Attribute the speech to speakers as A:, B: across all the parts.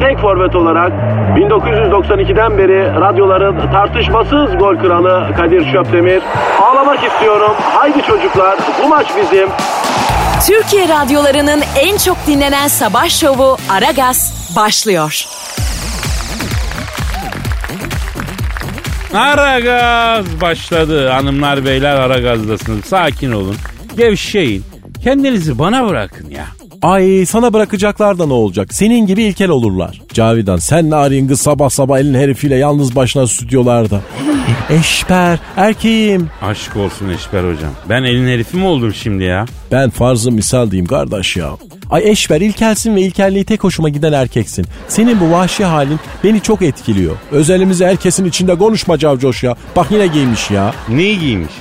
A: tek forvet olarak 1992'den beri radyoların tartışmasız gol kralı Kadir Şöpdemir. Ağlamak istiyorum. Haydi çocuklar bu maç bizim.
B: Türkiye radyolarının en çok dinlenen sabah şovu Aragaz başlıyor.
C: Aragaz başladı. Hanımlar beyler Aragaz'dasınız. Sakin olun. Gevşeyin. Kendinizi bana bırakın ya.
D: Ay sana bırakacaklar da ne olacak? Senin gibi ilkel olurlar. Cavidan sen naringı sabah sabah elin herifiyle yalnız başına stüdyolarda. Eşber erkeğim.
C: Aşk olsun Eşber hocam. Ben elin herifi mi oldum şimdi ya?
D: Ben farzı misal diyeyim kardeş ya. Ay Eşber ilkelsin ve ilkelliği tek hoşuma giden erkeksin. Senin bu vahşi halin beni çok etkiliyor. Özelimizi herkesin içinde konuşma Cavcoş ya. Bak yine giymiş ya.
C: Neyi giymiş?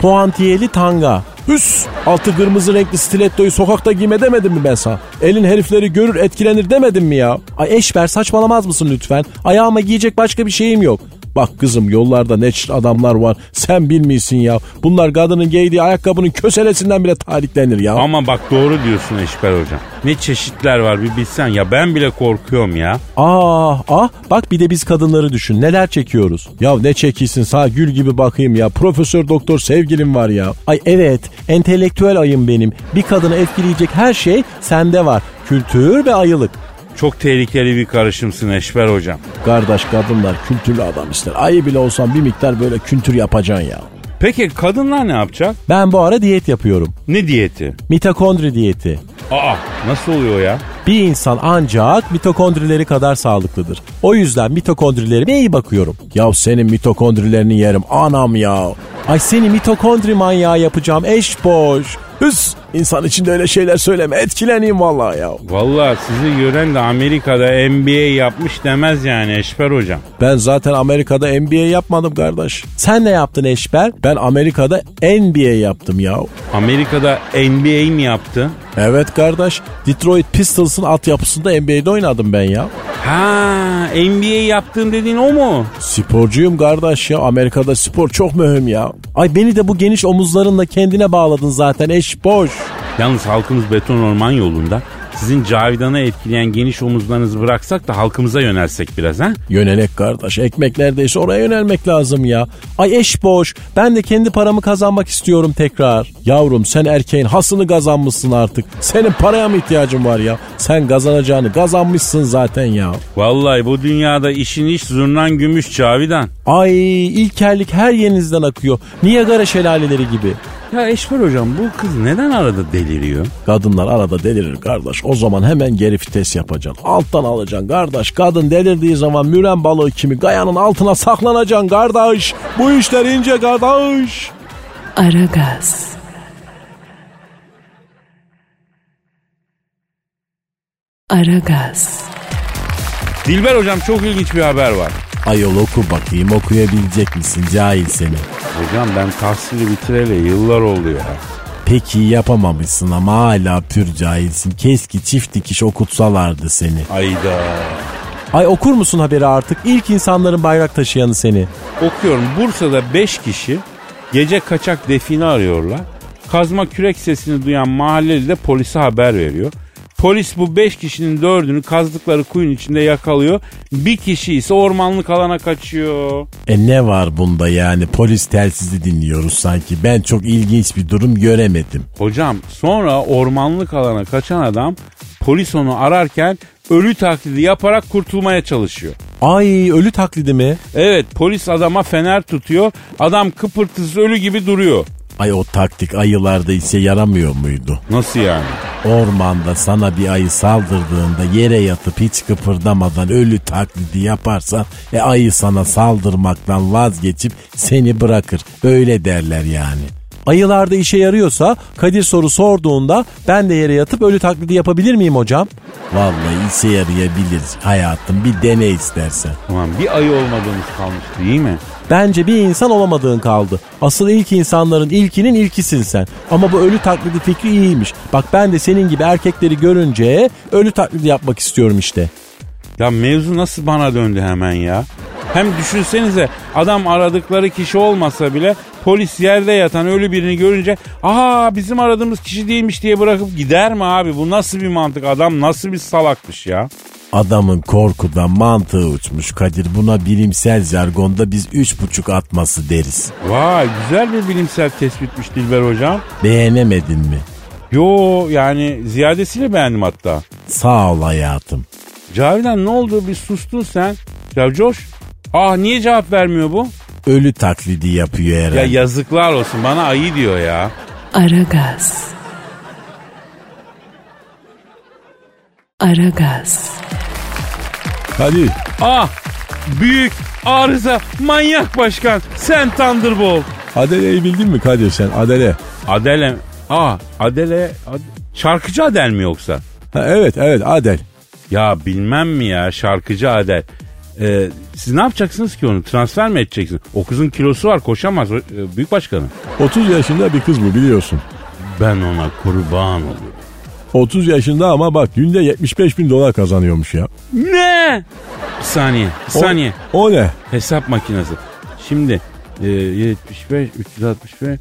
D: Puantiyeli tanga. Üs! Altı kırmızı renkli stilettoyu sokakta giyme demedim mi ben sana? Elin herifleri görür etkilenir demedim mi ya? Ay eşber saçmalamaz mısın lütfen? Ayağıma giyecek başka bir şeyim yok. Bak kızım yollarda ne çeşit adamlar var sen bilmiyorsun ya. Bunlar kadının giydiği ayakkabının köselesinden bile tariklenir ya.
C: Ama bak doğru diyorsun Eşber hocam. Ne çeşitler var bir bilsen ya ben bile korkuyorum ya.
D: Ah ah bak bir de biz kadınları düşün neler çekiyoruz. Ya ne çekilsin sağ gül gibi bakayım ya profesör doktor sevgilim var ya. Ay evet entelektüel ayım benim bir kadını etkileyecek her şey sende var kültür ve ayılık.
C: Çok tehlikeli bir karışımsın Eşber hocam.
D: Kardeş kadınlar kültürlü adam ister. Ayı bile olsan bir miktar böyle kültür yapacaksın ya.
C: Peki kadınlar ne yapacak?
D: Ben bu ara diyet yapıyorum.
C: Ne diyeti?
D: Mitokondri diyeti.
C: Aa nasıl oluyor ya?
D: Bir insan ancak mitokondrileri kadar sağlıklıdır. O yüzden mitokondrilerime iyi bakıyorum. Ya senin mitokondrilerini yerim anam ya. Ay seni mitokondri manyağı yapacağım eş boş. Üs insan içinde öyle şeyler söyleme etkileneyim vallahi ya.
C: Vallahi sizi gören de Amerika'da MBA yapmış demez yani Eşber hocam.
D: Ben zaten Amerika'da MBA yapmadım kardeş. Sen ne yaptın Eşber? Ben Amerika'da NBA yaptım ya.
C: Amerika'da NBA mi yaptı?
D: Evet kardeş Detroit Pistons'ın altyapısında NBA'de oynadım ben ya.
C: Ha NBA yaptığın dediğin o mu?
D: Sporcuyum kardeş ya. Amerika'da spor çok mühim ya. Ay beni de bu geniş omuzlarınla kendine bağladın zaten eş boş.
C: Yalnız halkımız beton orman yolunda. Sizin Cavidan'ı etkileyen geniş omuzlarınızı bıraksak da halkımıza yönelsek biraz ha?
D: Yönelek kardeş ekmek neredeyse oraya yönelmek lazım ya. Ay eş boş ben de kendi paramı kazanmak istiyorum tekrar. Yavrum sen erkeğin hasını kazanmışsın artık. Senin paraya mı ihtiyacın var ya? Sen kazanacağını kazanmışsın zaten ya.
C: Vallahi bu dünyada işin iş zurnan gümüş Cavidan.
D: Ay ilkellik her yerinizden akıyor. Niagara şelaleleri gibi.
C: Ya Eşber hocam bu kız neden arada deliriyor?
D: Kadınlar arada delirir kardeş. O zaman hemen geri vites yapacaksın. Alttan alacaksın kardeş. Kadın delirdiği zaman müren balığı kimi gayanın altına saklanacaksın kardeş. Bu işler ince kardeş.
B: Aragaz. Aragaz.
C: Dilber hocam çok ilginç bir haber var.
D: Ayol oku bakayım okuyabilecek misin cahil seni.
C: Hocam ben tahsili bitireli yıllar oldu ya.
D: Peki yapamamışsın ama hala pür cahilsin. Keşke çift dikiş okutsalardı seni.
C: Ayda.
D: Ay okur musun haberi artık? İlk insanların bayrak taşıyanı seni.
C: Okuyorum Bursa'da 5 kişi gece kaçak define arıyorlar. Kazma kürek sesini duyan mahalleli de polise haber veriyor. Polis bu 5 kişinin dördünü kazdıkları kuyun içinde yakalıyor. Bir kişi ise ormanlık alana kaçıyor.
D: E ne var bunda yani polis telsizi dinliyoruz sanki. Ben çok ilginç bir durum göremedim.
C: Hocam sonra ormanlık alana kaçan adam polis onu ararken ölü taklidi yaparak kurtulmaya çalışıyor.
D: Ay ölü taklidi mi?
C: Evet polis adama fener tutuyor. Adam kıpırtısız ölü gibi duruyor.
D: Ay o taktik ayılarda ise yaramıyor muydu?
C: Nasıl yani?
D: Ormanda sana bir ayı saldırdığında yere yatıp hiç kıpırdamadan ölü taklidi yaparsan e ayı sana saldırmaktan vazgeçip seni bırakır. Öyle derler yani. Ayılarda işe yarıyorsa Kadir soru sorduğunda ben de yere yatıp ölü taklidi yapabilir miyim hocam? Vallahi işe yarayabilir hayatım bir dene istersen.
C: Tamam bir ayı olmadığımız kalmıştı iyi mi?
D: Bence bir insan olamadığın kaldı. Asıl ilk insanların ilkinin ilkisin sen. Ama bu ölü taklidi fikri iyiymiş. Bak ben de senin gibi erkekleri görünce ölü taklidi yapmak istiyorum işte.
C: Ya mevzu nasıl bana döndü hemen ya? Hem düşünsenize adam aradıkları kişi olmasa bile polis yerde yatan ölü birini görünce aha bizim aradığımız kişi değilmiş diye bırakıp gider mi abi? Bu nasıl bir mantık adam nasıl bir salakmış ya?
D: Adamın korkudan mantığı uçmuş Kadir. Buna bilimsel jargonda biz üç buçuk atması deriz.
C: Vay güzel bir bilimsel tespitmiş Dilber hocam.
D: Beğenemedin mi?
C: Yo yani ziyadesiyle beğendim hatta.
D: Sağ ol hayatım.
C: Cavidan ne oldu bir sustun sen. Ya Coş. Ah niye cevap vermiyor bu?
D: Ölü taklidi yapıyor herhalde.
C: Ya yazıklar olsun bana ayı diyor ya.
B: Aragaz. Aragaz.
D: Kadir
C: Ah büyük arıza manyak başkan sen Thunderbolt.
D: Adele'yi bildin mi Kadir sen Adele?
C: Adele ah Adele Ad- şarkıcı Adel mi yoksa?
D: Ha, evet evet Adel.
C: Ya bilmem mi ya şarkıcı Adel. Ee, siz ne yapacaksınız ki onu transfer mi edeceksiniz? O kızın kilosu var koşamaz e, büyük başkanım.
D: 30 yaşında bir kız bu biliyorsun.
C: Ben ona kurban olurum.
D: 30 yaşında ama bak günde 75 bin dolar kazanıyormuş ya.
C: Ne? Bir saniye bir saniye.
D: O ne?
C: Hesap makinesi. Şimdi e, 75, 365,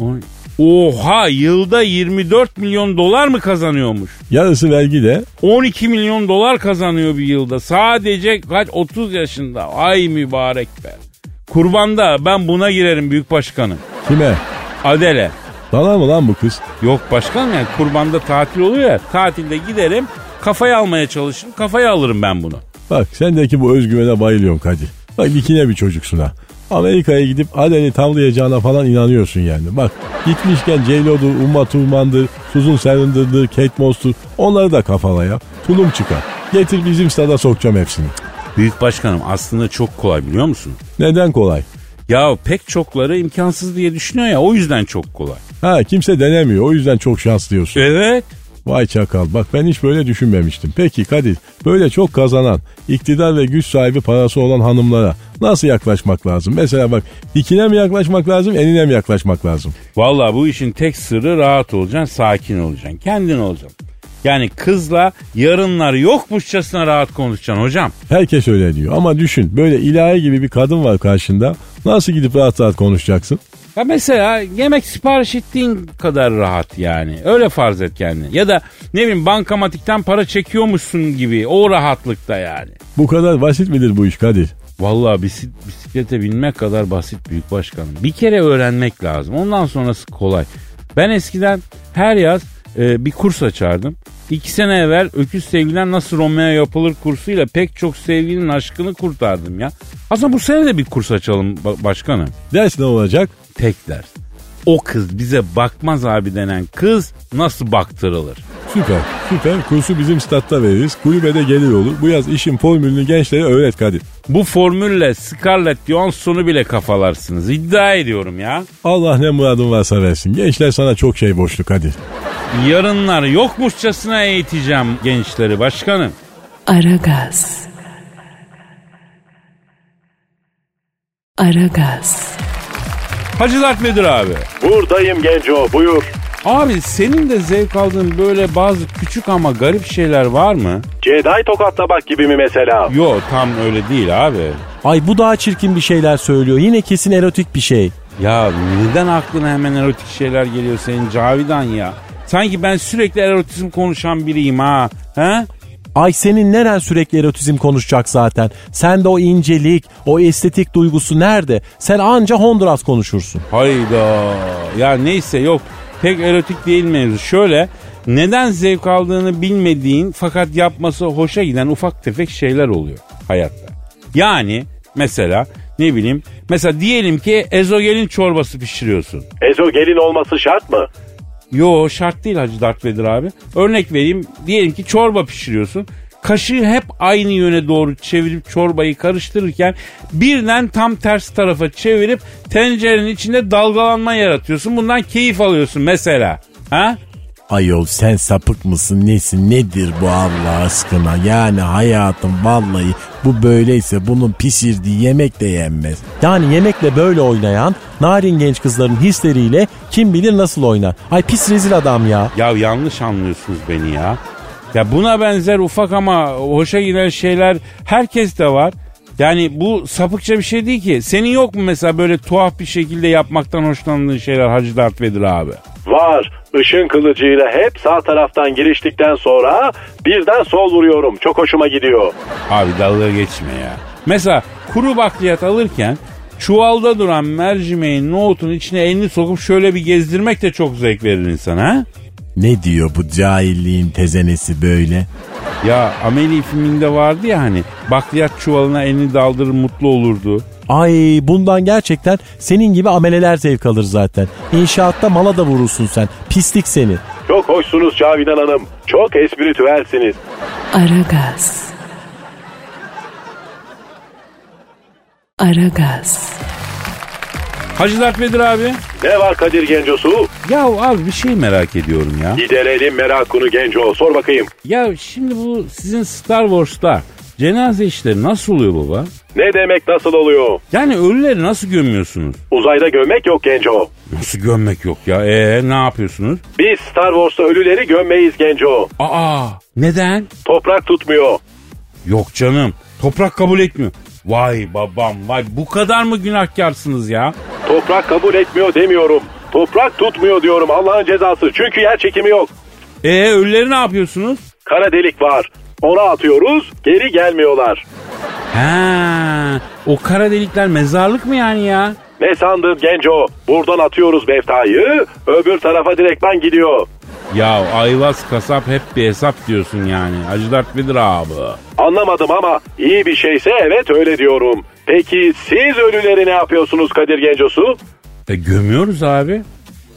C: 10, 10. Oha yılda 24 milyon dolar mı kazanıyormuş?
D: Yarısı vergi de.
C: 12 milyon dolar kazanıyor bir yılda. Sadece kaç 30 yaşında. Ay mübarek be. Kurbanda ben buna girerim büyük başkanım.
D: Kime?
C: Adele.
D: Dalar mı lan bu kız?
C: Yok başkanım yani kurbanda tatil oluyor ya. Tatilde giderim kafayı almaya çalışırım. Kafayı alırım ben bunu.
D: Bak sendeki bu özgüvene bayılıyorum Kadir. Bak dikine bir çocuksun ha. Amerika'ya gidip Adel'i tavlayacağına falan inanıyorsun yani. Bak gitmişken J-Lo'dur, Uma Thurman'dır, Susan Sarandon'dır, Kate Moss'tur. Onları da kafala ya. Tulum çıkar. Getir bizim stada sokacağım hepsini.
C: Büyük başkanım aslında çok kolay biliyor musun?
D: Neden kolay?
C: Ya pek çokları imkansız diye düşünüyor ya o yüzden çok kolay.
D: Ha kimse denemiyor. O yüzden çok şanslıyorsun.
C: Evet.
D: Vay çakal bak ben hiç böyle düşünmemiştim. Peki Kadir böyle çok kazanan, iktidar ve güç sahibi parası olan hanımlara nasıl yaklaşmak lazım? Mesela bak dikine mi yaklaşmak lazım enine mi yaklaşmak lazım?
C: Valla bu işin tek sırrı rahat olacaksın, sakin olacaksın, kendin olacaksın. Yani kızla yarınlar yokmuşçasına rahat konuşacaksın hocam.
D: Herkes öyle diyor ama düşün böyle ilahi gibi bir kadın var karşında nasıl gidip rahat rahat konuşacaksın?
C: Ya mesela yemek sipariş ettiğin kadar rahat yani. Öyle farz et kendini. Ya da ne bileyim bankamatikten para çekiyormuşsun gibi o rahatlıkta yani.
D: Bu kadar basit midir bu iş Kadir?
C: Valla bisiklete binmek kadar basit büyük başkanım. Bir kere öğrenmek lazım. Ondan sonrası kolay. Ben eskiden her yaz e, bir kurs açardım. İki sene evvel Öküz Sevgiden Nasıl Romeo Yapılır kursuyla pek çok sevgilinin aşkını kurtardım ya. Aslında bu sene de bir kurs açalım ba- başkanım.
D: Ders ne olacak?
C: Tek ders. O kız bize bakmaz abi denen kız nasıl baktırılır?
D: Süper süper kursu bizim statta veririz kulübede gelir olur bu yaz işin formülünü gençlere öğret Kadir.
C: Bu formülle Scarlett Johansson'u bile kafalarsınız. İddia ediyorum ya.
D: Allah ne muradın varsa versin. Gençler sana çok şey borçlu Kadir.
C: Yarınlar yokmuşçasına eğiteceğim gençleri başkanım.
B: Aragaz. Aragaz.
C: Hacı Dert Vedir abi.
A: Buradayım Genco buyur.
C: Abi senin de zevk aldığın böyle bazı küçük ama garip şeyler var mı?
A: Jedi tokatlamak gibi mi mesela?
C: Yo tam öyle değil abi.
D: Ay bu daha çirkin bir şeyler söylüyor. Yine kesin erotik bir şey.
C: Ya neden aklına hemen erotik şeyler geliyor senin Cavidan ya? Sanki ben sürekli erotizm konuşan biriyim ha. He?
D: Ay senin neren sürekli erotizm konuşacak zaten. Sen de o incelik, o estetik duygusu nerede? Sen anca Honduras konuşursun.
C: Hayda. Ya neyse yok. Pek erotik değil mevzu. Şöyle neden zevk aldığını bilmediğin fakat yapması hoşa giden ufak tefek şeyler oluyor hayatta. Yani mesela Ne bileyim. Mesela diyelim ki ezogelin çorbası pişiriyorsun.
A: Ezogelin olması şart mı?
C: Yo şart değil Hacı Darth Vader abi. Örnek vereyim. Diyelim ki çorba pişiriyorsun. Kaşığı hep aynı yöne doğru çevirip çorbayı karıştırırken birden tam ters tarafa çevirip tencerenin içinde dalgalanma yaratıyorsun. Bundan keyif alıyorsun mesela. Ha?
D: Ayol sen sapık mısın nesin nedir bu Allah aşkına yani hayatım vallahi bu böyleyse bunun pişirdiği yemek de yenmez. Yani yemekle böyle oynayan narin genç kızların hisleriyle kim bilir nasıl oynar. Ay pis rezil adam ya.
C: Ya yanlış anlıyorsunuz beni ya. Ya buna benzer ufak ama hoşa giden şeyler herkes de var. Yani bu sapıkça bir şey değil ki. Senin yok mu mesela böyle tuhaf bir şekilde yapmaktan hoşlandığın şeyler Hacı Dert Vedir abi?
A: Var. Işın kılıcıyla hep sağ taraftan giriştikten sonra birden sol vuruyorum. Çok hoşuma gidiyor.
C: Abi dalga geçme ya. Mesela kuru bakliyat alırken çuvalda duran mercimeğin nohutun içine elini sokup şöyle bir gezdirmek de çok zevk verir insana. ha?
D: Ne diyor bu cahilliğin tezenesi böyle?
C: Ya Amelie filminde vardı ya hani bakliyat çuvalına elini daldırır mutlu olurdu.
D: Ay bundan gerçekten senin gibi ameleler zevk alır zaten. İnşaatta mala da vurursun sen. Pislik seni.
A: Çok hoşsunuz Cavidan Hanım. Çok espritüelsiniz.
E: Aragaz. Aragaz.
C: Hacı Dert Vedir abi.
A: Ne var Kadir Gencosu?
C: Ya abi bir şey merak ediyorum ya.
A: Giderelim merakını Genco. Sor bakayım.
C: Ya şimdi bu sizin Star Wars'ta cenaze işleri nasıl oluyor baba?
A: Ne demek nasıl oluyor?
C: Yani ölüleri nasıl gömüyorsunuz?
A: Uzayda gömmek yok Genco.
C: Nasıl gömmek yok ya? Ee ne yapıyorsunuz?
A: Biz Star Wars'ta ölüleri gömmeyiz Genco.
C: Aa neden?
A: Toprak tutmuyor.
C: Yok canım. Toprak kabul etmiyor. Vay babam vay bu kadar mı günahkarsınız ya?
A: Toprak kabul etmiyor demiyorum. Toprak tutmuyor diyorum Allah'ın cezası. Çünkü yer çekimi yok.
C: Ee ölüleri ne yapıyorsunuz?
A: Kara delik var. Ona atıyoruz geri gelmiyorlar.
C: Ha o kara delikler mezarlık mı yani ya?
A: Ne sandın Genco? Buradan atıyoruz Befta'yı öbür tarafa direktman gidiyor.
C: Ya Ayvaz kasap hep bir hesap diyorsun yani. Hacı Dert Vedir abi.
A: Anlamadım ama iyi bir şeyse evet öyle diyorum. Peki siz ölüleri ne yapıyorsunuz Kadir Gencosu?
C: E gömüyoruz abi.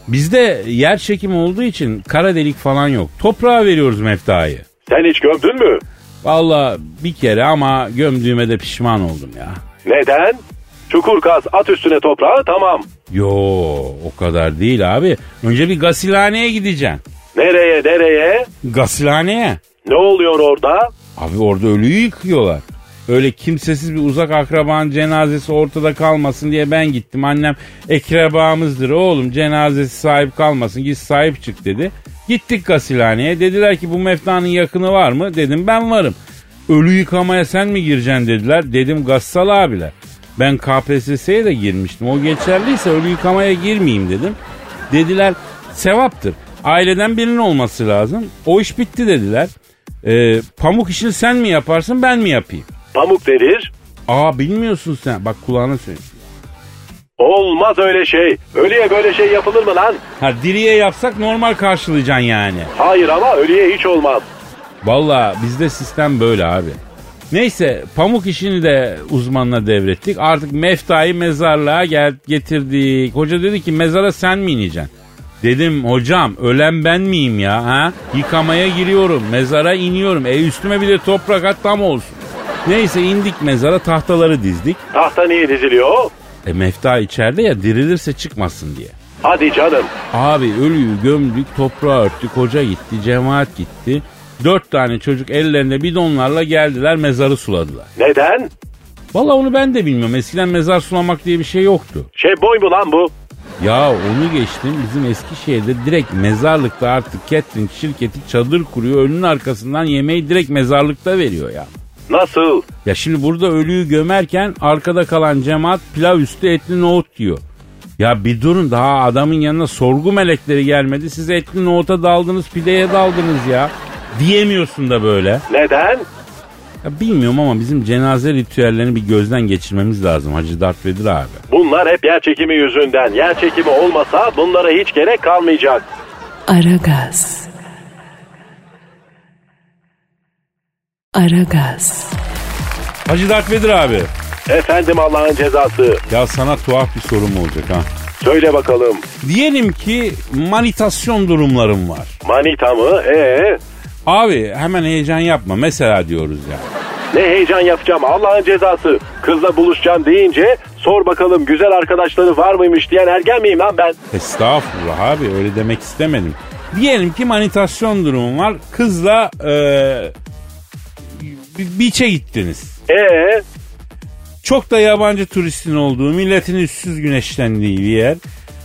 C: Bizde yer çekimi olduğu için kara delik falan yok. Toprağa veriyoruz meftayı.
A: Sen hiç gömdün mü?
C: Valla bir kere ama gömdüğüme de pişman oldum ya.
A: Neden? Çukur kaz at üstüne toprağı tamam.
C: Yo o kadar değil abi. Önce bir gasilhaneye gideceksin.
A: Nereye nereye?
C: Gasilhaneye.
A: Ne oluyor orada?
C: Abi orada ölüyü yıkıyorlar. Öyle kimsesiz bir uzak akrabanın cenazesi ortada kalmasın diye ben gittim. Annem ekrabamızdır oğlum cenazesi sahip kalmasın git sahip çık dedi. Gittik gasilhaneye dediler ki bu meftanın yakını var mı? Dedim ben varım. Ölü yıkamaya sen mi gireceksin dediler. Dedim gassal abiler. Ben KPSS'ye de girmiştim. O geçerliyse ölü yıkamaya girmeyeyim dedim. Dediler sevaptır. Aileden birinin olması lazım. O iş bitti dediler. Ee, pamuk işini sen mi yaparsın ben mi yapayım?
A: Pamuk denir.
C: Aa bilmiyorsun sen. Bak kulağına söyle.
A: Olmaz öyle şey. Ölüye böyle şey yapılır mı lan?
C: Ha diriye yapsak normal karşılayacaksın yani.
A: Hayır ama ölüye hiç olmaz.
C: Valla bizde sistem böyle abi. Neyse pamuk işini de uzmanına devrettik. Artık meftayı mezarlığa gel getirdik. Hoca dedi ki mezara sen mi ineceksin? Dedim hocam ölen ben miyim ya? Ha? Yıkamaya giriyorum, mezara iniyorum. E üstüme bir de toprak at tam olsun. Neyse indik mezara tahtaları dizdik.
A: Tahta niye diziliyor?
C: E mefta içeride ya dirilirse çıkmasın diye.
A: Hadi canım.
C: Abi ölüyü gömdük, toprağa örttük, hoca gitti, cemaat gitti. Dört tane çocuk ellerinde bidonlarla geldiler mezarı suladılar.
A: Neden?
C: Valla onu ben de bilmiyorum. Eskiden mezar sulamak diye bir şey yoktu.
A: Şey boy mu lan bu?
C: Ya onu geçtim bizim Eskişehir'de direkt mezarlıkta artık catering şirketi çadır kuruyor. Ölünün arkasından yemeği direkt mezarlıkta veriyor ya.
A: Nasıl?
C: Ya şimdi burada ölüyü gömerken arkada kalan cemaat pilav üstü etli nohut diyor. Ya bir durun daha adamın yanına sorgu melekleri gelmedi. Siz etli nohuta daldınız pideye daldınız ya. Diyemiyorsun da böyle.
A: Neden?
C: Ya bilmiyorum ama bizim cenaze ritüellerini bir gözden geçirmemiz lazım Hacı Dert Vedir abi.
A: Bunlar hep yer çekimi yüzünden. Yer çekimi olmasa bunlara hiç gerek kalmayacak.
E: Aragaz. Aragaz.
C: Hacı Dert Vedir abi.
A: Efendim Allah'ın cezası.
C: Ya sana tuhaf bir sorum olacak ha.
A: Söyle bakalım.
C: Diyelim ki manitasyon durumlarım var.
A: Manita mı? Ee,
C: Abi hemen heyecan yapma mesela diyoruz ya.
A: ne heyecan yapacağım Allah'ın cezası. Kızla buluşacağım deyince sor bakalım güzel arkadaşları var mıymış diyen ergen miyim lan ben?
C: Estağfurullah abi öyle demek istemedim. Diyelim ki manitasyon durumum var. Kızla eee bi- beach'e gittiniz.
A: Ee,
C: Çok da yabancı turistin olduğu, milletin üstsüz güneşlendiği bir yer.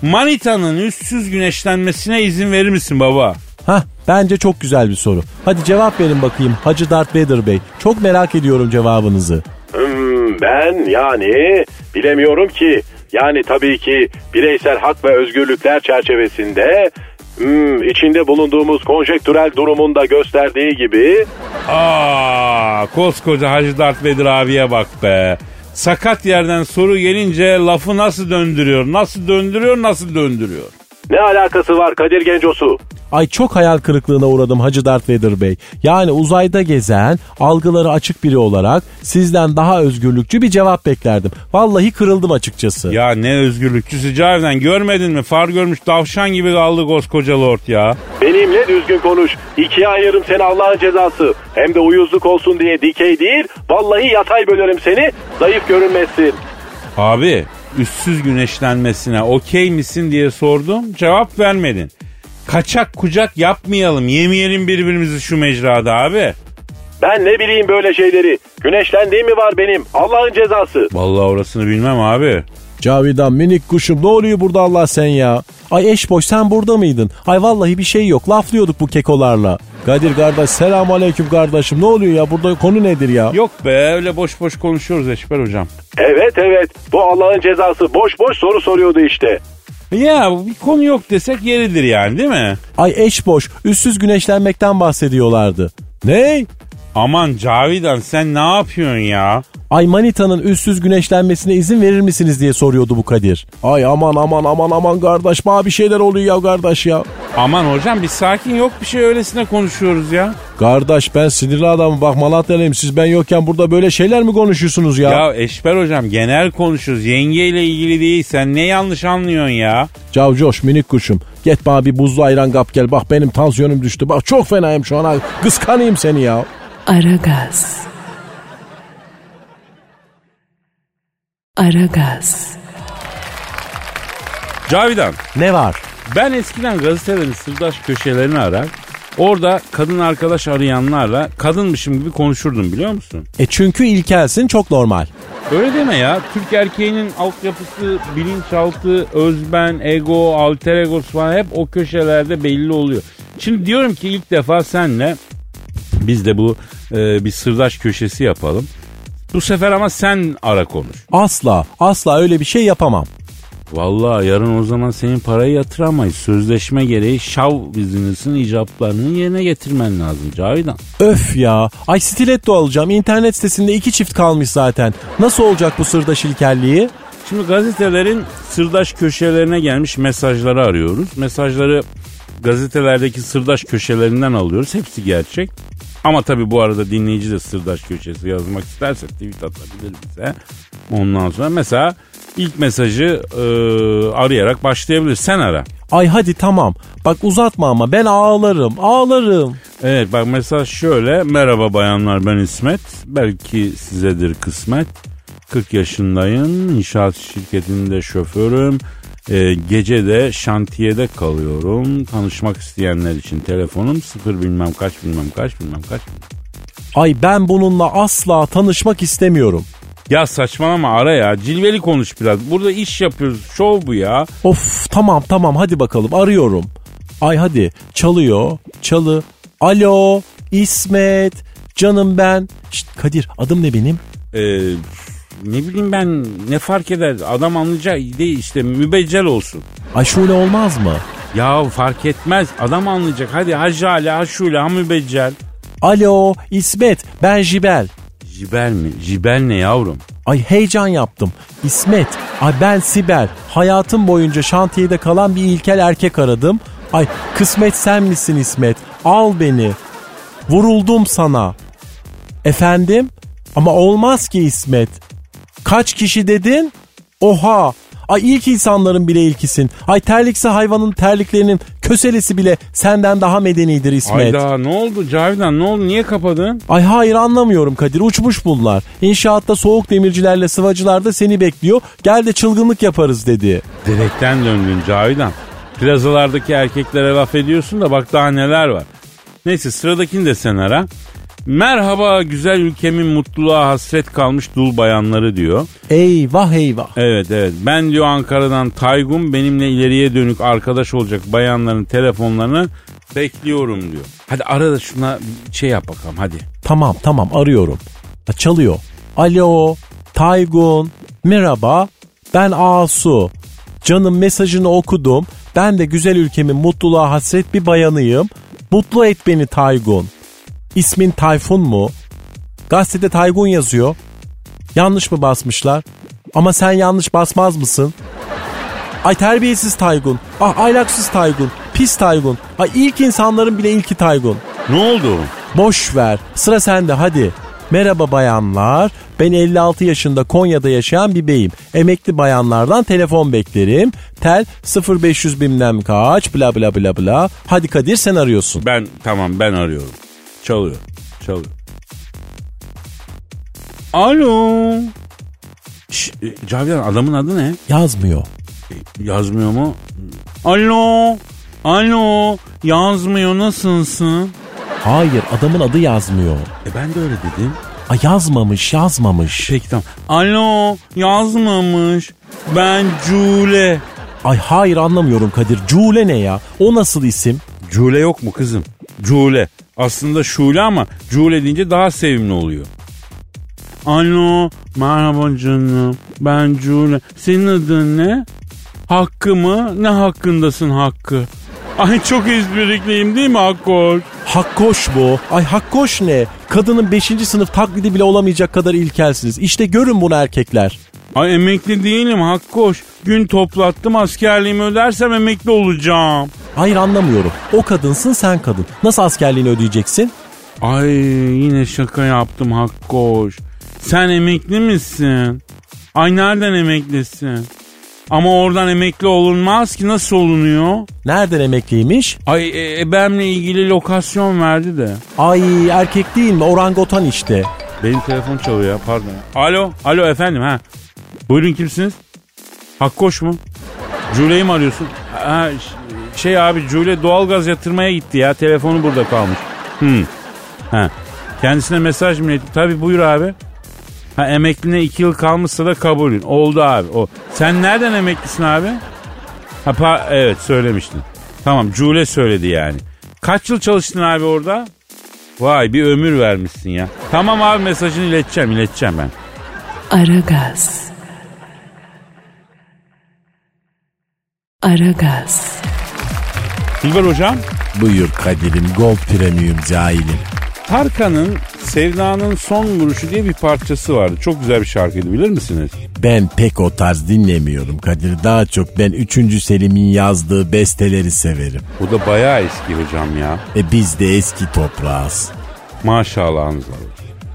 C: Manitanın üstsüz güneşlenmesine izin verir misin baba?
D: Hah bence çok güzel bir soru. Hadi cevap verin bakayım Hacı Darth Vader Bey. Çok merak ediyorum cevabınızı.
A: hmm, ben yani bilemiyorum ki. Yani tabii ki bireysel hak ve özgürlükler çerçevesinde hmm, içinde bulunduğumuz konjektürel durumunda gösterdiği gibi
C: Aa, koskoca Hacı Dert Vedir abiye bak be. Sakat yerden soru gelince lafı nasıl döndürüyor, nasıl döndürüyor, nasıl döndürüyor.
A: ne alakası var Kadir Gencosu?
D: Ay çok hayal kırıklığına uğradım Hacı Darth Vader Bey. Yani uzayda gezen, algıları açık biri olarak sizden daha özgürlükçü bir cevap beklerdim. Vallahi kırıldım açıkçası.
C: Ya ne özgürlükçüsü Cavidan görmedin mi? Far görmüş tavşan gibi kaldı koskoca lord ya.
A: Benimle düzgün konuş. İkiye ayırırım seni Allah'ın cezası. Hem de uyuzluk olsun diye dikey değil, vallahi yatay bölerim seni, zayıf görünmesin.
C: Abi üstsüz güneşlenmesine okey misin diye sordum cevap vermedin. Kaçak kucak yapmayalım yemeyelim birbirimizi şu mecrada abi.
A: Ben ne bileyim böyle şeyleri. Güneşlendiğim mi var benim? Allah'ın cezası.
C: Vallahi orasını bilmem abi.
D: Cavidan minik kuşum ne oluyor burada Allah sen ya? Ay eş boş sen burada mıydın? Ay vallahi bir şey yok laflıyorduk bu kekolarla. Kadir kardeş selam aleyküm kardeşim ne oluyor ya burada konu nedir ya?
C: Yok be öyle boş boş konuşuyoruz Eşber hocam.
A: Evet evet, bu Allah'ın cezası. Boş boş soru soruyordu işte.
C: Ya bir konu yok desek yeridir yani değil mi?
D: Ay eş boş üstsüz güneşlenmekten bahsediyorlardı. Ne?
C: Aman Cavidan sen ne yapıyorsun ya?
D: Ay manitanın üstsüz güneşlenmesine izin verir misiniz diye soruyordu bu Kadir. Ay aman aman aman aman kardeş bana bir şeyler oluyor ya kardeş ya.
C: Aman hocam bir sakin yok bir şey öylesine konuşuyoruz ya.
D: Kardeş ben sinirli adamım bak Malatya'lıyım siz ben yokken burada böyle şeyler mi konuşuyorsunuz ya?
C: Ya Eşber hocam genel konuşuyoruz yengeyle ilgili değil sen ne yanlış anlıyorsun ya?
D: Cavcoş minik kuşum. Get bana bir buzlu ayran kap gel. Bak benim tansiyonum düştü. Bak çok fenayım şu an. ha. Kıskanayım seni ya.
E: Aragaz. Aragaz.
C: Cavidan
D: Ne var?
C: ben eskiden gazetelerin sırdaş köşelerini arar orada kadın arkadaş arayanlarla kadınmışım gibi konuşurdum biliyor musun?
D: E çünkü ilkelsin çok normal.
C: Öyle deme ya. Türk erkeğinin altyapısı, bilinçaltı, özben, ego, alter egosu falan hep o köşelerde belli oluyor. Şimdi diyorum ki ilk defa senle biz de bu e, bir sırdaş köşesi yapalım. Bu sefer ama sen ara konuş.
D: Asla asla öyle bir şey yapamam.
C: Vallahi yarın o zaman senin parayı yatıramayız. Sözleşme gereği şav bizinesin icablarının yerine getirmen lazım Cavidan.
D: Öf ya. Ay stiletto alacağım. İnternet sitesinde iki çift kalmış zaten. Nasıl olacak bu sırdaş ilkelliği?
C: Şimdi gazetelerin sırdaş köşelerine gelmiş mesajları arıyoruz. Mesajları gazetelerdeki sırdaş köşelerinden alıyoruz. Hepsi gerçek. Ama tabii bu arada dinleyici de sırdaş köşesi yazmak isterse tweet atabilir bize. Ondan sonra mesela ilk mesajı e, arayarak başlayabilir. Sen ara.
D: Ay hadi tamam. Bak uzatma ama ben ağlarım ağlarım.
C: Evet bak mesela şöyle. Merhaba bayanlar ben İsmet. Belki sizedir kısmet. 40 yaşındayım. İnşaat şirketinde şoförüm. Ee, gece de şantiyede kalıyorum. Tanışmak isteyenler için telefonum sıfır bilmem kaç bilmem kaç bilmem kaç.
D: Ay ben bununla asla tanışmak istemiyorum.
C: Ya saçmalama ara ya. Cilveli konuş biraz. Burada iş yapıyoruz. Şov bu ya.
D: Of tamam tamam hadi bakalım arıyorum. Ay hadi çalıyor çalı. Alo İsmet canım ben. Şşt, Kadir adım ne benim?
C: Ee, ne bileyim ben ne fark eder. Adam anlayacak değil işte mübeccel olsun.
D: Ay şöyle olmaz mı?
C: Ya fark etmez. Adam anlayacak. Hadi hacı hale, haşule, hamübeccel.
D: Alo İsmet ben Jibel.
C: Jibel mi? Jibel ne yavrum?
D: Ay heyecan yaptım. İsmet, ay ben Sibel. Hayatım boyunca şantiyede kalan bir ilkel erkek aradım. Ay kısmet sen misin İsmet? Al beni. Vuruldum sana. Efendim? Ama olmaz ki İsmet. Kaç kişi dedin? Oha. Ay ilk insanların bile ilkisin. Ay terlikse hayvanın terliklerinin köselesi bile senden daha medenidir İsmet.
C: Hayda ne oldu Cavidan ne oldu niye kapadın?
D: Ay hayır anlamıyorum Kadir uçmuş bunlar. İnşaatta soğuk demircilerle sıvacılar da seni bekliyor. Gel de çılgınlık yaparız dedi.
C: Direkten döndün Cavidan. Plazalardaki erkeklere laf ediyorsun da bak daha neler var. Neyse sıradakini de sen ara. Merhaba güzel ülkemin mutluluğa hasret kalmış dul bayanları diyor.
D: Eyvah eyvah.
C: Evet evet ben diyor Ankara'dan Taygun benimle ileriye dönük arkadaş olacak bayanların telefonlarını bekliyorum diyor. Hadi ara da şuna bir şey yap bakalım hadi.
D: Tamam tamam arıyorum. Ha, Çalıyor. Alo Taygun merhaba ben Asu. Canım mesajını okudum. Ben de güzel ülkemin mutluluğa hasret bir bayanıyım. Mutlu et beni Taygun. İsmin Tayfun mu? Gazetede Taygun yazıyor. Yanlış mı basmışlar? Ama sen yanlış basmaz mısın? Ay terbiyesiz Taygun. Ah aylaksız Taygun. Pis Taygun. Ay ilk insanların bile ilki Taygun.
C: Ne oldu?
D: Boş ver. Sıra sende hadi. Merhaba bayanlar. Ben 56 yaşında Konya'da yaşayan bir beyim. Emekli bayanlardan telefon beklerim. Tel 0500 bilmem kaç bla bla bla bla. Hadi Kadir sen arıyorsun.
C: Ben tamam ben arıyorum. Çalıyor. Çalıyor. Alo. Şş, e, Cavidan adamın adı ne?
D: Yazmıyor.
C: Yazmıyor mu? Alo. Alo. Yazmıyor nasılsın?
D: Hayır adamın adı yazmıyor.
C: E ben de öyle dedim.
D: Aa, yazmamış yazmamış.
C: Peki tamam. Alo yazmamış. Ben Cule.
D: Ay hayır anlamıyorum Kadir. Cule ne ya? O nasıl isim?
C: Cule yok mu kızım? Cule. Aslında Şule ama Cule deyince daha sevimli oluyor. Alo, merhaba canım. Ben Cule. Senin adın ne? Hakkı mı? Ne hakkındasın Hakkı? Ay çok izbirikliyim değil mi Hakkol?
D: Hakkoş bu. Ay hakkoş ne? Kadının 5. sınıf taklidi bile olamayacak kadar ilkelsiniz. İşte görün bunu erkekler.
C: Ay emekli değilim Hakkoş. Gün toplattım askerliğimi ödersem emekli olacağım.
D: Hayır anlamıyorum. O kadınsın sen kadın. Nasıl askerliğini ödeyeceksin?
C: Ay yine şaka yaptım Hakkoş. Sen emekli misin? Ay nereden emeklisin? Ama oradan emekli olunmaz ki nasıl olunuyor?
D: Nereden emekliymiş?
C: Ay e, ebemle ilgili lokasyon verdi de.
D: Ay erkek değil mi? Orangutan işte.
C: Benim telefon çalıyor ya pardon. Alo, alo efendim ha. Buyurun kimsiniz? Hakkoş mu? Jule'yi mi arıyorsun? Ha, ş- şey abi Jule doğalgaz yatırmaya gitti ya. Telefonu burada kalmış. Hmm. Ha. Kendisine mesaj mı iletti? Tabii buyur abi. Ha emekline iki yıl kalmışsa da kabulün. Oldu abi o. Sen nereden emeklisin abi? Ha pa- evet söylemiştin. Tamam Jule söyledi yani. Kaç yıl çalıştın abi orada? Vay bir ömür vermişsin ya. Tamam abi mesajını ileteceğim ileteceğim ben.
E: Aragaz. Aragaz.
C: Dilber hocam
D: Buyur Kadir'im Gold Premium cahilim.
C: Tarkan'ın Sevda'nın Son Vuruşu diye bir parçası vardı. Çok güzel bir şarkıydı bilir misiniz?
D: Ben pek o tarz dinlemiyorum Kadir. Daha çok ben 3. Selim'in yazdığı besteleri severim.
C: O da bayağı eski hocam ya.
D: E biz de eski toprağız.
C: Maşallahınız var.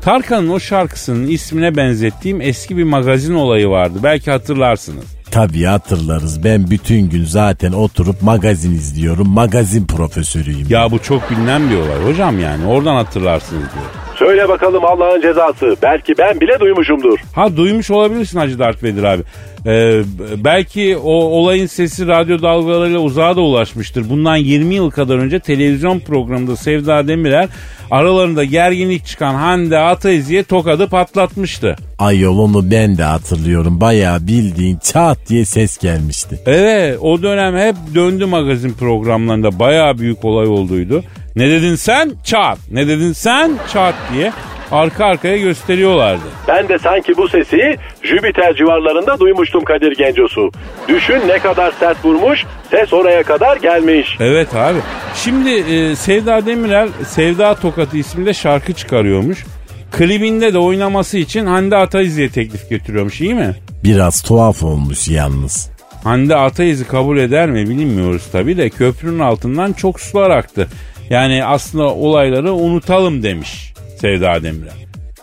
C: Tarkan'ın o şarkısının ismine benzettiğim eski bir magazin olayı vardı. Belki hatırlarsınız.
D: Tabii hatırlarız. Ben bütün gün zaten oturup magazin izliyorum. Magazin profesörüyüm.
C: Ya bu çok bilinen bir olay hocam yani. Oradan hatırlarsınız diyor.
A: Söyle bakalım Allah'ın cezası. Belki ben bile duymuşumdur.
C: Ha duymuş olabilirsin Hacı Dert Vedir abi. Ee, belki o olayın sesi radyo dalgalarıyla uzağa da ulaşmıştır. Bundan 20 yıl kadar önce televizyon programında Sevda Demirer aralarında gerginlik çıkan Hande Ataiz'e tokadı patlatmıştı.
D: Ayol onu ben de hatırlıyorum. Bayağı bildiğin çat diye ses gelmişti.
C: Evet o dönem hep döndü magazin programlarında bayağı büyük olay olduydu. Ne dedin sen? Çat. Ne dedin sen? Çat diye arka arkaya gösteriyorlardı.
A: Ben de sanki bu sesi Jüpiter civarlarında duymuştum Kadir Gencosu. Düşün ne kadar sert vurmuş, ses oraya kadar gelmiş.
C: Evet abi. Şimdi e, Sevda Demirel Sevda Tokatı isminde şarkı çıkarıyormuş. Klibinde de oynaması için Hande Ataiz'e teklif götürüyormuş iyi mi?
D: Biraz tuhaf olmuş yalnız.
C: Hande Ataiz'i kabul eder mi bilmiyoruz tabii de köprünün altından çok sular aktı. Yani aslında olayları unutalım demiş Sevda Demirel.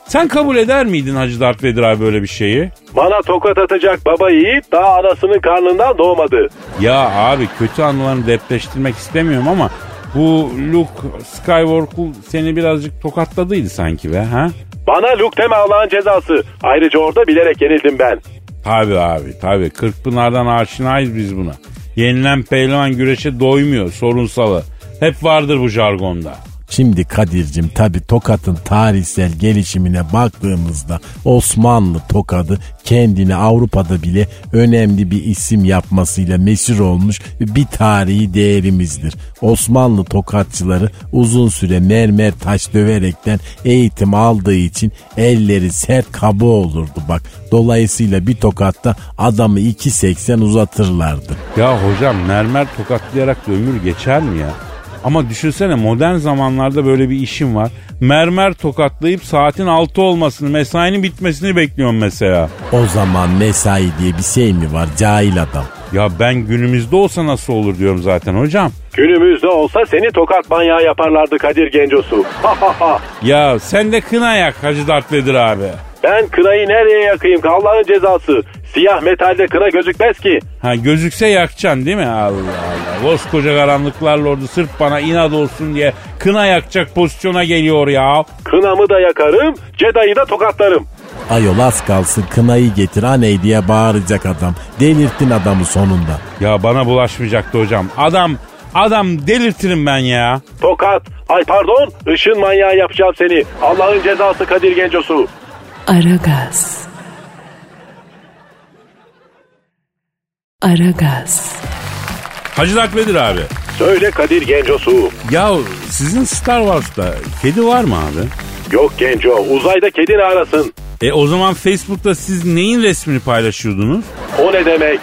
C: Sen kabul eder miydin Hacı Dert Vedir abi böyle bir şeyi?
A: Bana tokat atacak baba yiğit daha anasının karnından doğmadı.
C: Ya abi kötü anılarını depreştirmek istemiyorum ama bu Luke Skywalker seni birazcık tokatladıydı sanki be ha?
A: Bana Luke deme Allah'ın cezası. Ayrıca orada bilerek yenildim ben.
C: Tabi abi tabi. Kırkpınar'dan aşinayız biz buna. Yenilen pehlivan güreşe doymuyor sorunsalı. Hep vardır bu jargonda.
D: Şimdi Kadir'cim tabi Tokat'ın tarihsel gelişimine baktığımızda Osmanlı Tokat'ı kendini Avrupa'da bile önemli bir isim yapmasıyla meşhur olmuş bir tarihi değerimizdir. Osmanlı Tokatçıları uzun süre mermer taş döverekten eğitim aldığı için elleri sert kaba olurdu bak. Dolayısıyla bir tokatta adamı 2.80 uzatırlardı.
C: Ya hocam mermer tokatlayarak da ömür geçer mi ya? Ama düşünsene modern zamanlarda böyle bir işim var. Mermer tokatlayıp saatin 6 olmasını, mesainin bitmesini bekliyorum mesela.
D: O zaman mesai diye bir şey mi var cahil adam?
C: Ya ben günümüzde olsa nasıl olur diyorum zaten hocam.
A: Günümüzde olsa seni tokat manyağı yaparlardı Kadir Gencosu. Ha ha ha.
C: Ya sen de kına yak Hacı Dert Vedir abi.
A: Ben kınayı nereye yakayım ki Allah'ın cezası. Siyah metalde kına gözükmez ki.
C: Ha gözükse yakacaksın değil mi? Allah Allah. Koskoca karanlıklarla orada sırf bana inat olsun diye kına yakacak pozisyona geliyor ya.
A: Kınamı da yakarım, Jedi'yi da tokatlarım.
D: Ayol az kalsın kınayı getir aney diye bağıracak adam. Delirttin adamı sonunda.
C: Ya bana bulaşmayacaktı hocam. Adam adam delirtirim ben ya.
A: Tokat, ay pardon, ışın manyağı yapacağım seni. Allah'ın cezası Kadir Gencosu.
E: Aragaz. Aragaz.
C: Hacı Dert Vedir abi.
A: Söyle Kadir Gencosu.
C: Ya sizin Star Wars'ta kedi var mı abi?
A: Yok Genco, uzayda kedin arasın.
C: E o zaman Facebook'ta siz neyin resmini paylaşıyordunuz?
A: O ne demek?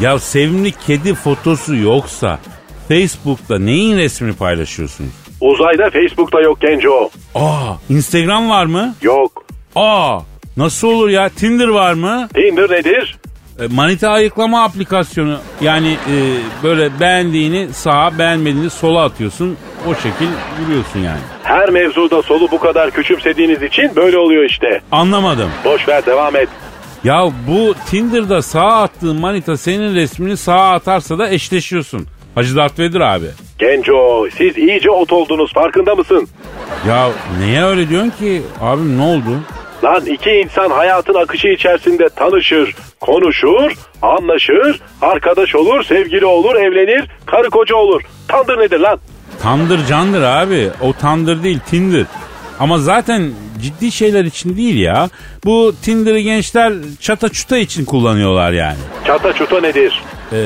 C: Ya sevimli kedi fotosu yoksa Facebook'ta neyin resmini paylaşıyorsunuz?
A: Uzayda Facebook'ta yok Genco.
C: Aa, Instagram var mı?
A: Yok.
C: Aa, nasıl olur ya? Tinder var mı?
A: Tinder nedir?
C: E, manita ayıklama aplikasyonu. Yani e, böyle beğendiğini sağa, beğenmediğini sola atıyorsun. O şekil yürüyorsun yani.
A: Her mevzuda solu bu kadar küçümsediğiniz için böyle oluyor işte.
C: Anlamadım.
A: Boş ver devam et.
C: Ya bu Tinder'da sağa attığın manita senin resmini sağa atarsa da eşleşiyorsun. Hacı Dert Vedir abi.
A: Genco siz iyice ot oldunuz farkında mısın?
C: Ya neye öyle diyorsun ki? Abim ne oldu?
A: Lan iki insan hayatın akışı içerisinde tanışır, konuşur, anlaşır, arkadaş olur, sevgili olur, evlenir, karı koca olur. Tandır nedir lan?
C: Tandır candır abi. O tandır değil Tinder. Ama zaten ciddi şeyler için değil ya. Bu Tinder'ı gençler çata çuta için kullanıyorlar yani.
A: Çata çuta nedir?
C: Ee,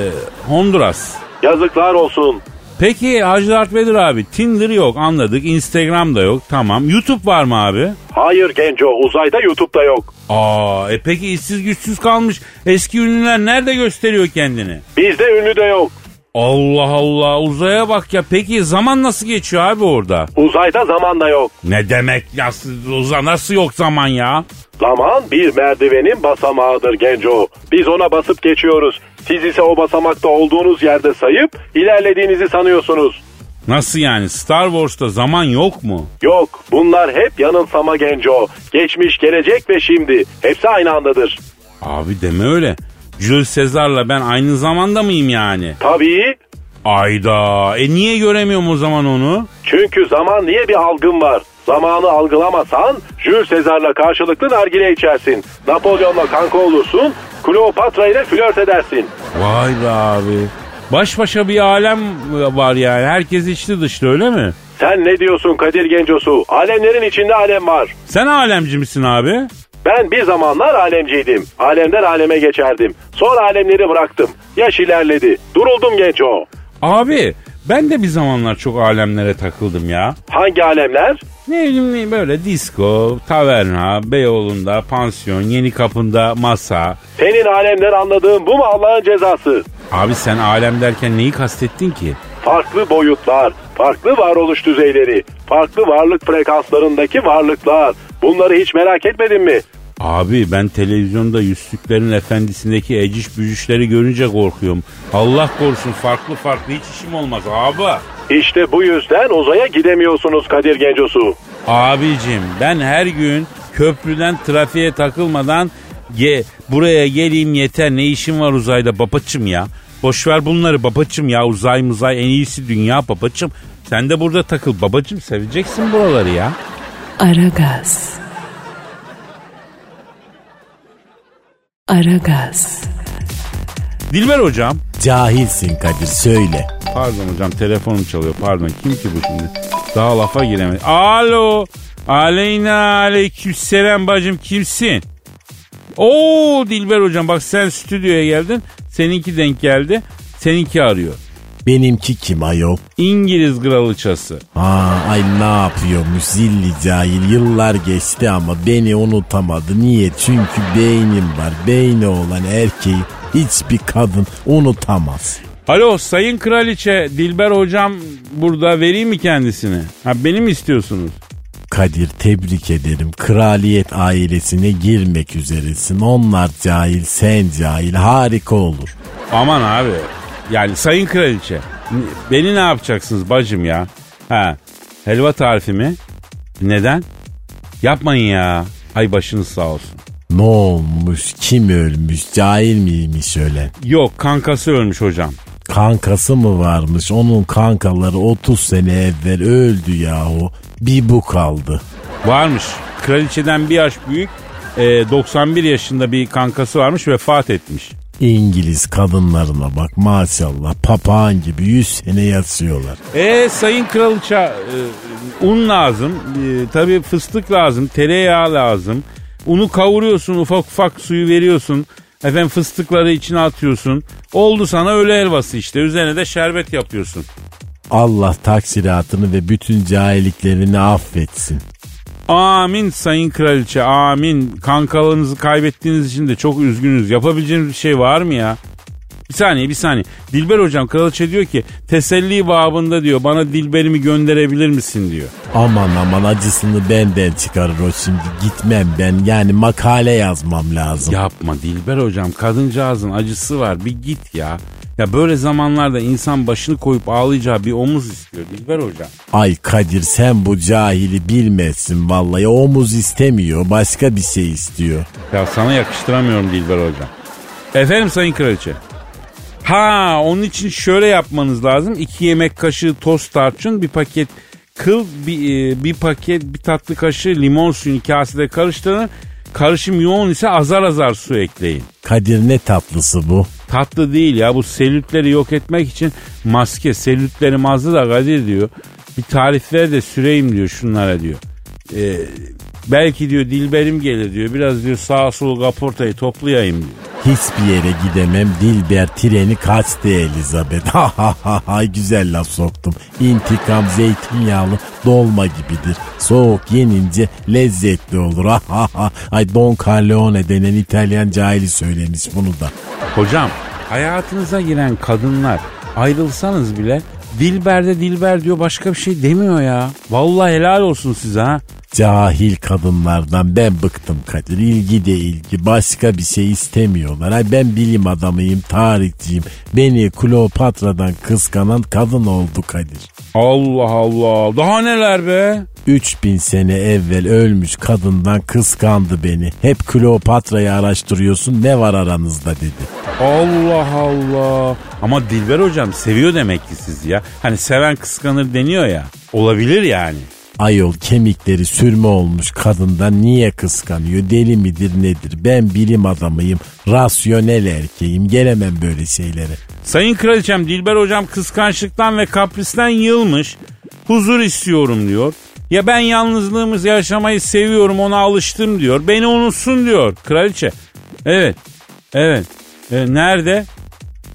C: Honduras.
A: Yazıklar olsun.
C: Peki Hacı Dert Vedir abi Tinder yok anladık. Instagram da yok tamam. YouTube var mı abi?
A: Hayır Genco uzayda YouTube'da yok.
C: Aa e peki işsiz güçsüz kalmış eski ünlüler nerede gösteriyor kendini?
A: Bizde ünlü de yok.
C: Allah Allah uzaya bak ya. Peki zaman nasıl geçiyor abi orada?
A: Uzayda zaman da yok.
C: Ne demek nasıl, uza, nasıl yok zaman ya?
A: Zaman bir merdivenin basamağıdır Genco. Biz ona basıp geçiyoruz. Siz ise o basamakta olduğunuz yerde sayıp ilerlediğinizi sanıyorsunuz.
C: Nasıl yani Star Wars'ta zaman yok mu?
A: Yok bunlar hep yanılsama Genco. Geçmiş, gelecek ve şimdi. Hepsi aynı andadır.
C: Abi deme öyle. Jules Caesar'la ben aynı zamanda mıyım yani?
A: Tabii
C: Ayda. E niye göremiyorum o zaman onu?
A: çünkü zaman diye bir algın var. Zamanı algılamasan Jules Sezar'la karşılıklı nargile içersin. Napolyon'la kanka olursun. Kleopatra ile flört edersin.
C: Vay be abi. Baş başa bir alem var yani. Herkes içli dışlı öyle mi?
A: Sen ne diyorsun Kadir Gencosu? Alemlerin içinde alem var.
C: Sen alemci misin abi?
A: Ben bir zamanlar alemciydim. Alemden aleme geçerdim. Sonra alemleri bıraktım. Yaş ilerledi. Duruldum Genco.
C: Abi ben de bir zamanlar çok alemlere takıldım ya.
A: Hangi alemler?
C: Ne bileyim ne- böyle disco, taverna, Beyoğlu'nda, pansiyon, yeni kapında, masa.
A: Senin alemden anladığın bu mu Allah'ın cezası?
C: Abi sen alem derken neyi kastettin ki?
A: Farklı boyutlar, farklı varoluş düzeyleri, farklı varlık frekanslarındaki varlıklar. Bunları hiç merak etmedin mi?
C: Abi ben televizyonda Yüzsüklerin Efendisi'ndeki eciş bücüşleri görünce korkuyorum. Allah korusun farklı farklı hiç işim olmaz abi.
A: İşte bu yüzden uzaya gidemiyorsunuz Kadir Gencosu.
C: Abicim ben her gün Köprüden trafiğe takılmadan ge buraya geleyim yeter ne işim var uzayda babacım ya. Boş ver bunları babacım ya uzay muzay en iyisi dünya babacım. Sen de burada takıl babacım seveceksin buraları ya.
E: Aragaz. Aragaz.
C: Dilber hocam.
D: Cahilsin Kadir söyle.
C: Pardon hocam telefonum çalıyor pardon kim ki bu şimdi? Daha lafa giremedi. Alo. Aleyna aleykümselam bacım kimsin? Oo Dilber hocam bak sen stüdyoya geldin. Seninki denk geldi. Seninki arıyor.
D: Benimki kim ayol?
C: İngiliz kralıçası.
D: Aa, ay ne yapıyormuş zilli cahil yıllar geçti ama beni unutamadı. Niye? Çünkü beynim var. Beyni olan erkeği hiçbir kadın unutamaz.
C: Alo sayın kraliçe Dilber hocam burada vereyim mi kendisini? Ha beni mi istiyorsunuz?
D: Kadir tebrik ederim. Kraliyet ailesine girmek üzeresin. Onlar cahil, sen cahil. Harika olur.
C: Aman abi yani sayın kraliçe n- beni ne yapacaksınız bacım ya? Ha helva tarifi mi? Neden? Yapmayın ya. Ay başınız sağ olsun.
D: Ne olmuş? Kim ölmüş? Cahil miymiş ölen?
C: Yok kankası ölmüş hocam.
D: Kankası mı varmış? Onun kankaları 30 sene evvel öldü yahu. Bir bu kaldı.
C: Varmış. Kraliçeden bir yaş büyük. e, 91 yaşında bir kankası varmış vefat etmiş.
D: İngiliz kadınlarına bak maşallah papağan gibi 100 sene yatıyorlar.
C: E sayın kraliçe e, un lazım. E, tabii fıstık lazım, tereyağı lazım. Unu kavuruyorsun, ufak ufak suyu veriyorsun. Efendim fıstıkları içine atıyorsun. Oldu sana öğle helvası işte. Üzerine de şerbet yapıyorsun.
D: Allah taksiratını ve bütün cahilliklerini affetsin.
C: Amin sayın kraliçe amin. Kankalarınızı kaybettiğiniz için de çok üzgünüz. Yapabileceğiniz bir şey var mı ya? Bir saniye bir saniye. Dilber hocam kraliçe diyor ki teselli babında diyor bana Dilber'imi gönderebilir misin diyor.
D: Aman aman acısını benden çıkarır o şimdi gitmem ben yani makale yazmam lazım.
C: Yapma Dilber hocam kadıncağızın acısı var bir git ya. Ya böyle zamanlarda insan başını koyup ağlayacağı bir omuz istiyor Dilber hocam.
D: Ay Kadir sen bu cahili bilmezsin vallahi omuz istemiyor başka bir şey istiyor.
C: Ya sana yakıştıramıyorum Dilber hocam. Efendim sayın kraliçe. Ha onun için şöyle yapmanız lazım. iki yemek kaşığı toz tarçın, bir paket kıl, bir, e, bir paket bir tatlı kaşığı limon suyunu kasede karıştırın. Karışım yoğun ise azar azar su ekleyin.
D: Kadir ne tatlısı bu.
C: Tatlı değil ya bu selülitleri yok etmek için maske selülitleri mazdı da Kadir diyor. Bir tarifler de süreyim diyor şunlara diyor. Ee, belki diyor dilberim gelir diyor. Biraz diyor sağ sol kaportayı toplayayım diyor.
D: Hiçbir yere gidemem Dilber treni kaçtı Elizabeth. Ha ha ha ha güzel laf soktum. İntikam zeytinyağlı dolma gibidir. Soğuk yenince lezzetli olur. Ha ha ha. Ay Don Corleone denen İtalyan cahili söylemiş bunu da.
C: Hocam hayatınıza giren kadınlar ayrılsanız bile Dilber de Dilber diyor başka bir şey demiyor ya. Vallahi helal olsun size ha.
D: Cahil kadınlardan ben bıktım Kadir. İlgi de ilgi. Başka bir şey istemiyorlar. Ay ben bilim adamıyım, tarihçiyim. Beni Kleopatra'dan kıskanan kadın oldu Kadir.
C: Allah Allah daha neler be.
D: 3000 sene evvel ölmüş kadından kıskandı beni. Hep Kleopatra'yı araştırıyorsun ne var aranızda dedi.
C: Allah Allah. Ama Dilber hocam seviyor demek ki sizi ya. Hani seven kıskanır deniyor ya. Olabilir yani.
D: Ayol kemikleri sürme olmuş kadından niye kıskanıyor deli midir nedir ben bilim adamıyım rasyonel erkeğim gelemem böyle şeylere.
C: Sayın kraliçem Dilber hocam kıskançlıktan ve kapristen yılmış. Huzur istiyorum diyor. Ya ben yalnızlığımız yaşamayı seviyorum ona alıştım diyor. Beni unutsun diyor kraliçe. Evet. Evet. E, nerede?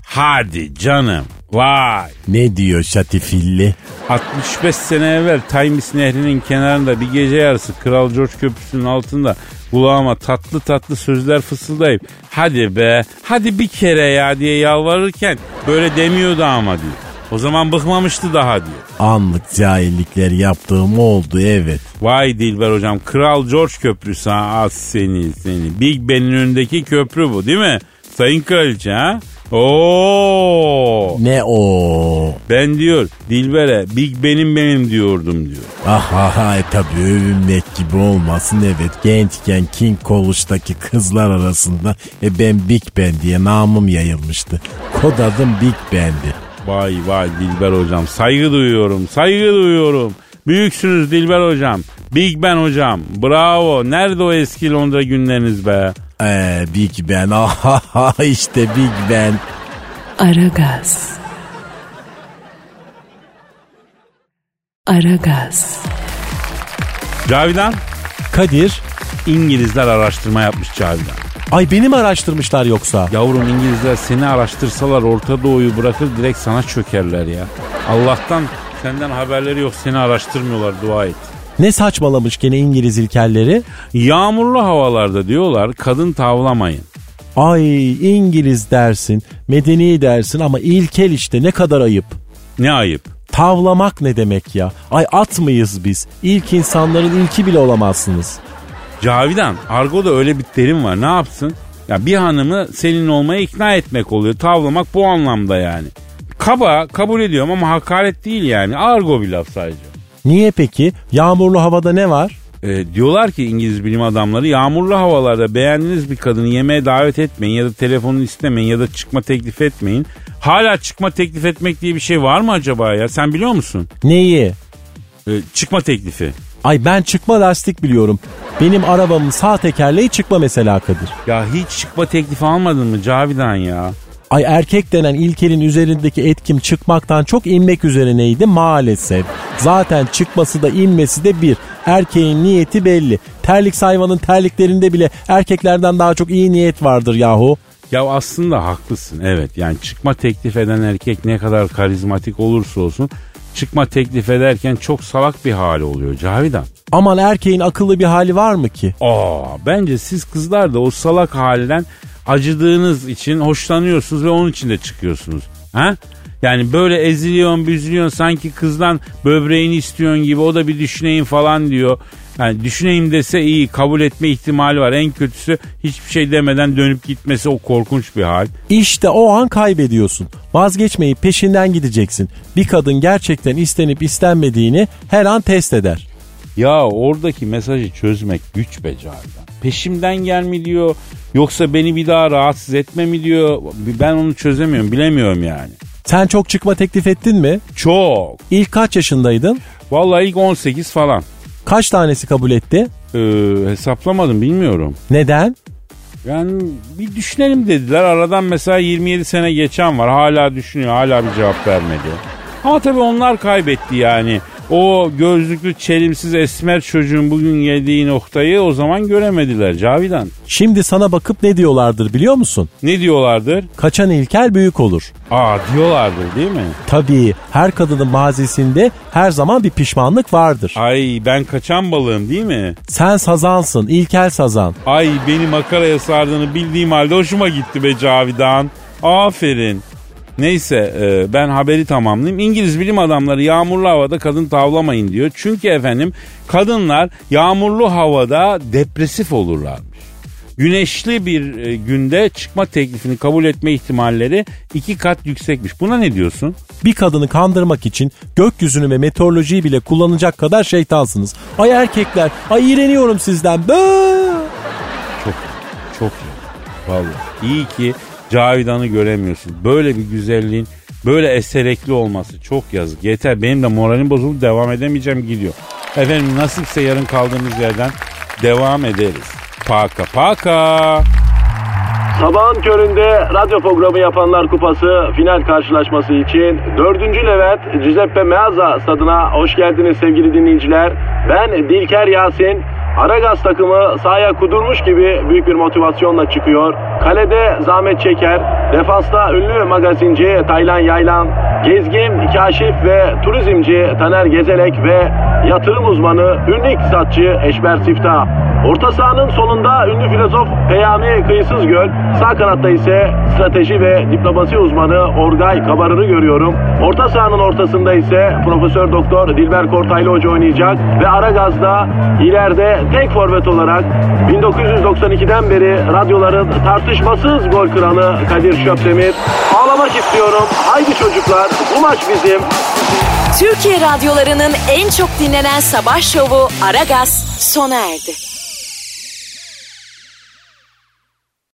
C: Hadi canım. Vay.
D: Ne diyor Şatifilli?
C: 65 sene evvel Times Nehri'nin kenarında bir gece yarısı Kral George Köprüsü'nün altında kulağıma tatlı tatlı sözler fısıldayıp hadi be hadi bir kere ya diye yalvarırken böyle demiyordu ama diyor. O zaman bıkmamıştı daha diyor.
D: Anlık cahillikler yaptığım oldu evet.
C: Vay Dilber hocam Kral George Köprüsü ha az seni seni. Big Ben'in önündeki köprü bu değil mi? Sayın Kraliçe ha? Oo.
D: Ne o?
C: Ben diyor Dilber'e Big benim benim diyordum diyor.
D: Ah ah ah e tabii övünmek gibi olmasın evet. Gençken King College'daki kızlar arasında e ben Big Ben diye namım yayılmıştı. Kod adım Big Ben'di.
C: Vay vay Dilber hocam saygı duyuyorum saygı duyuyorum. Büyüksünüz Dilber hocam. Big Ben hocam. Bravo. Nerede o eski Londra günleriniz be?
D: Ee, Big Ben ah ah ah işte Big Ben.
E: Aragaz. Aragaz.
C: Cavidan
D: Kadir.
C: İngilizler araştırma yapmış Cavidan.
D: Ay beni mi araştırmışlar yoksa?
C: Yavrum İngilizler seni araştırsalar Orta Doğu'yu bırakır direkt sana çökerler ya. Allah'tan senden haberleri yok seni araştırmıyorlar dua et.
D: Ne saçmalamış gene İngiliz ilkelleri?
C: Yağmurlu havalarda diyorlar kadın tavlamayın.
D: Ay İngiliz dersin, medeni dersin ama ilkel işte ne kadar ayıp.
C: Ne ayıp.
D: Tavlamak ne demek ya? Ay at mıyız biz? İlk insanların ilki bile olamazsınız.
C: Cavidan argoda öyle bir terim var ne yapsın? Ya bir hanımı senin olmaya ikna etmek oluyor. Tavlamak bu anlamda yani. Kaba kabul ediyorum ama hakaret değil yani. Argo bir laf sadece.
D: Niye peki? Yağmurlu havada ne var?
C: Ee, diyorlar ki İngiliz bilim adamları yağmurlu havalarda beğendiğiniz bir kadını yemeğe davet etmeyin ya da telefonunu istemeyin ya da çıkma teklif etmeyin. Hala çıkma teklif etmek diye bir şey var mı acaba ya? Sen biliyor musun?
D: Neyi?
C: Ee, çıkma teklifi.
D: Ay ben çıkma lastik biliyorum. Benim arabamın sağ tekerleği çıkma mesela Kadir.
C: Ya hiç çıkma teklifi almadın mı Cavidan ya?
D: Ay erkek denen ilkelin üzerindeki etkim çıkmaktan çok inmek üzerineydi maalesef. Zaten çıkması da inmesi de bir. Erkeğin niyeti belli. Terlik hayvanın terliklerinde bile erkeklerden daha çok iyi niyet vardır yahu.
C: Ya aslında haklısın evet yani çıkma teklif eden erkek ne kadar karizmatik olursa olsun çıkma teklif ederken çok salak bir hali oluyor Cavidan.
D: Aman erkeğin akıllı bir hali var mı ki?
C: Aa bence siz kızlar da o salak halden acıdığınız için hoşlanıyorsunuz ve onun için de çıkıyorsunuz. Ha? Yani böyle eziliyorsun büzülüyorsun sanki kızdan böbreğini istiyorsun gibi o da bir düşüneyim falan diyor. Yani düşüneyim dese iyi kabul etme ihtimali var. En kötüsü hiçbir şey demeden dönüp gitmesi o korkunç bir hal.
D: İşte o an kaybediyorsun. Vazgeçmeyip peşinden gideceksin. Bir kadın gerçekten istenip istenmediğini her an test eder.
C: Ya oradaki mesajı çözmek güç be Cavidan. Peşimden gel mi diyor yoksa beni bir daha rahatsız etme mi diyor. Ben onu çözemiyorum bilemiyorum yani.
D: Sen çok çıkma teklif ettin mi?
C: Çok.
D: İlk kaç yaşındaydın?
C: Vallahi ilk 18 falan.
D: Kaç tanesi kabul etti?
C: Ee, hesaplamadım bilmiyorum.
D: Neden?
C: Yani bir düşünelim dediler. Aradan mesela 27 sene geçen var. Hala düşünüyor. Hala bir cevap vermedi. Ama tabii onlar kaybetti yani. O gözlüklü çelimsiz esmer çocuğun bugün geldiği noktayı o zaman göremediler Cavidan.
D: Şimdi sana bakıp ne diyorlardır biliyor musun?
C: Ne diyorlardır?
D: Kaçan ilkel büyük olur.
C: Aa diyorlardır değil mi?
D: Tabii her kadının mazisinde her zaman bir pişmanlık vardır.
C: Ay ben kaçan balığım değil mi?
D: Sen sazansın, ilkel sazan.
C: Ay beni makaraya sardığını bildiğim halde hoşuma gitti be Cavidan. Aferin. Neyse e, ben haberi tamamlayayım. İngiliz bilim adamları yağmurlu havada kadın tavlamayın diyor. Çünkü efendim kadınlar yağmurlu havada depresif olurlarmış. Güneşli bir e, günde çıkma teklifini kabul etme ihtimalleri iki kat yüksekmiş. Buna ne diyorsun?
D: Bir kadını kandırmak için gökyüzünü ve meteorolojiyi bile kullanacak kadar şeytansınız. Ay erkekler, ay iğreniyorum sizden. Bıı!
C: Çok iyi, çok iyi. Vallahi iyi ki Cavidan'ı göremiyorsun. Böyle bir güzelliğin böyle eserekli olması çok yazık. Yeter benim de moralim bozuldu devam edemeyeceğim gidiyor. Efendim nasipse yarın kaldığımız yerden devam ederiz. Paka paka.
A: Sabahın köründe radyo programı yapanlar kupası final karşılaşması için 4. Levent Giuseppe Meazza stadına hoş geldiniz sevgili dinleyiciler. Ben Dilker Yasin. Aragaz takımı sahaya kudurmuş gibi büyük bir motivasyonla çıkıyor. Kalede zahmet çeker. Defansta ünlü magazinci Taylan Yaylan, gezgin, kaşif ve turizmci Taner Gezelek ve yatırım uzmanı, ünlü iktisatçı Eşber Siftah. Orta sahanın solunda ünlü filozof Peyami Kıyısız Göl, sağ kanatta ise strateji ve diplomasi uzmanı Orgay Kabarır'ı görüyorum. Orta sahanın ortasında ise Profesör Doktor Dilber Kortaylı Hoca oynayacak ve Aragaz'da ileride tek forvet olarak 1992'den beri radyoların tartışmasız gol kralı Kadir Şöpdemir. Ağlamak istiyorum. Haydi çocuklar bu maç bizim.
B: Türkiye radyolarının en çok dinlenen sabah şovu Aragaz sona erdi.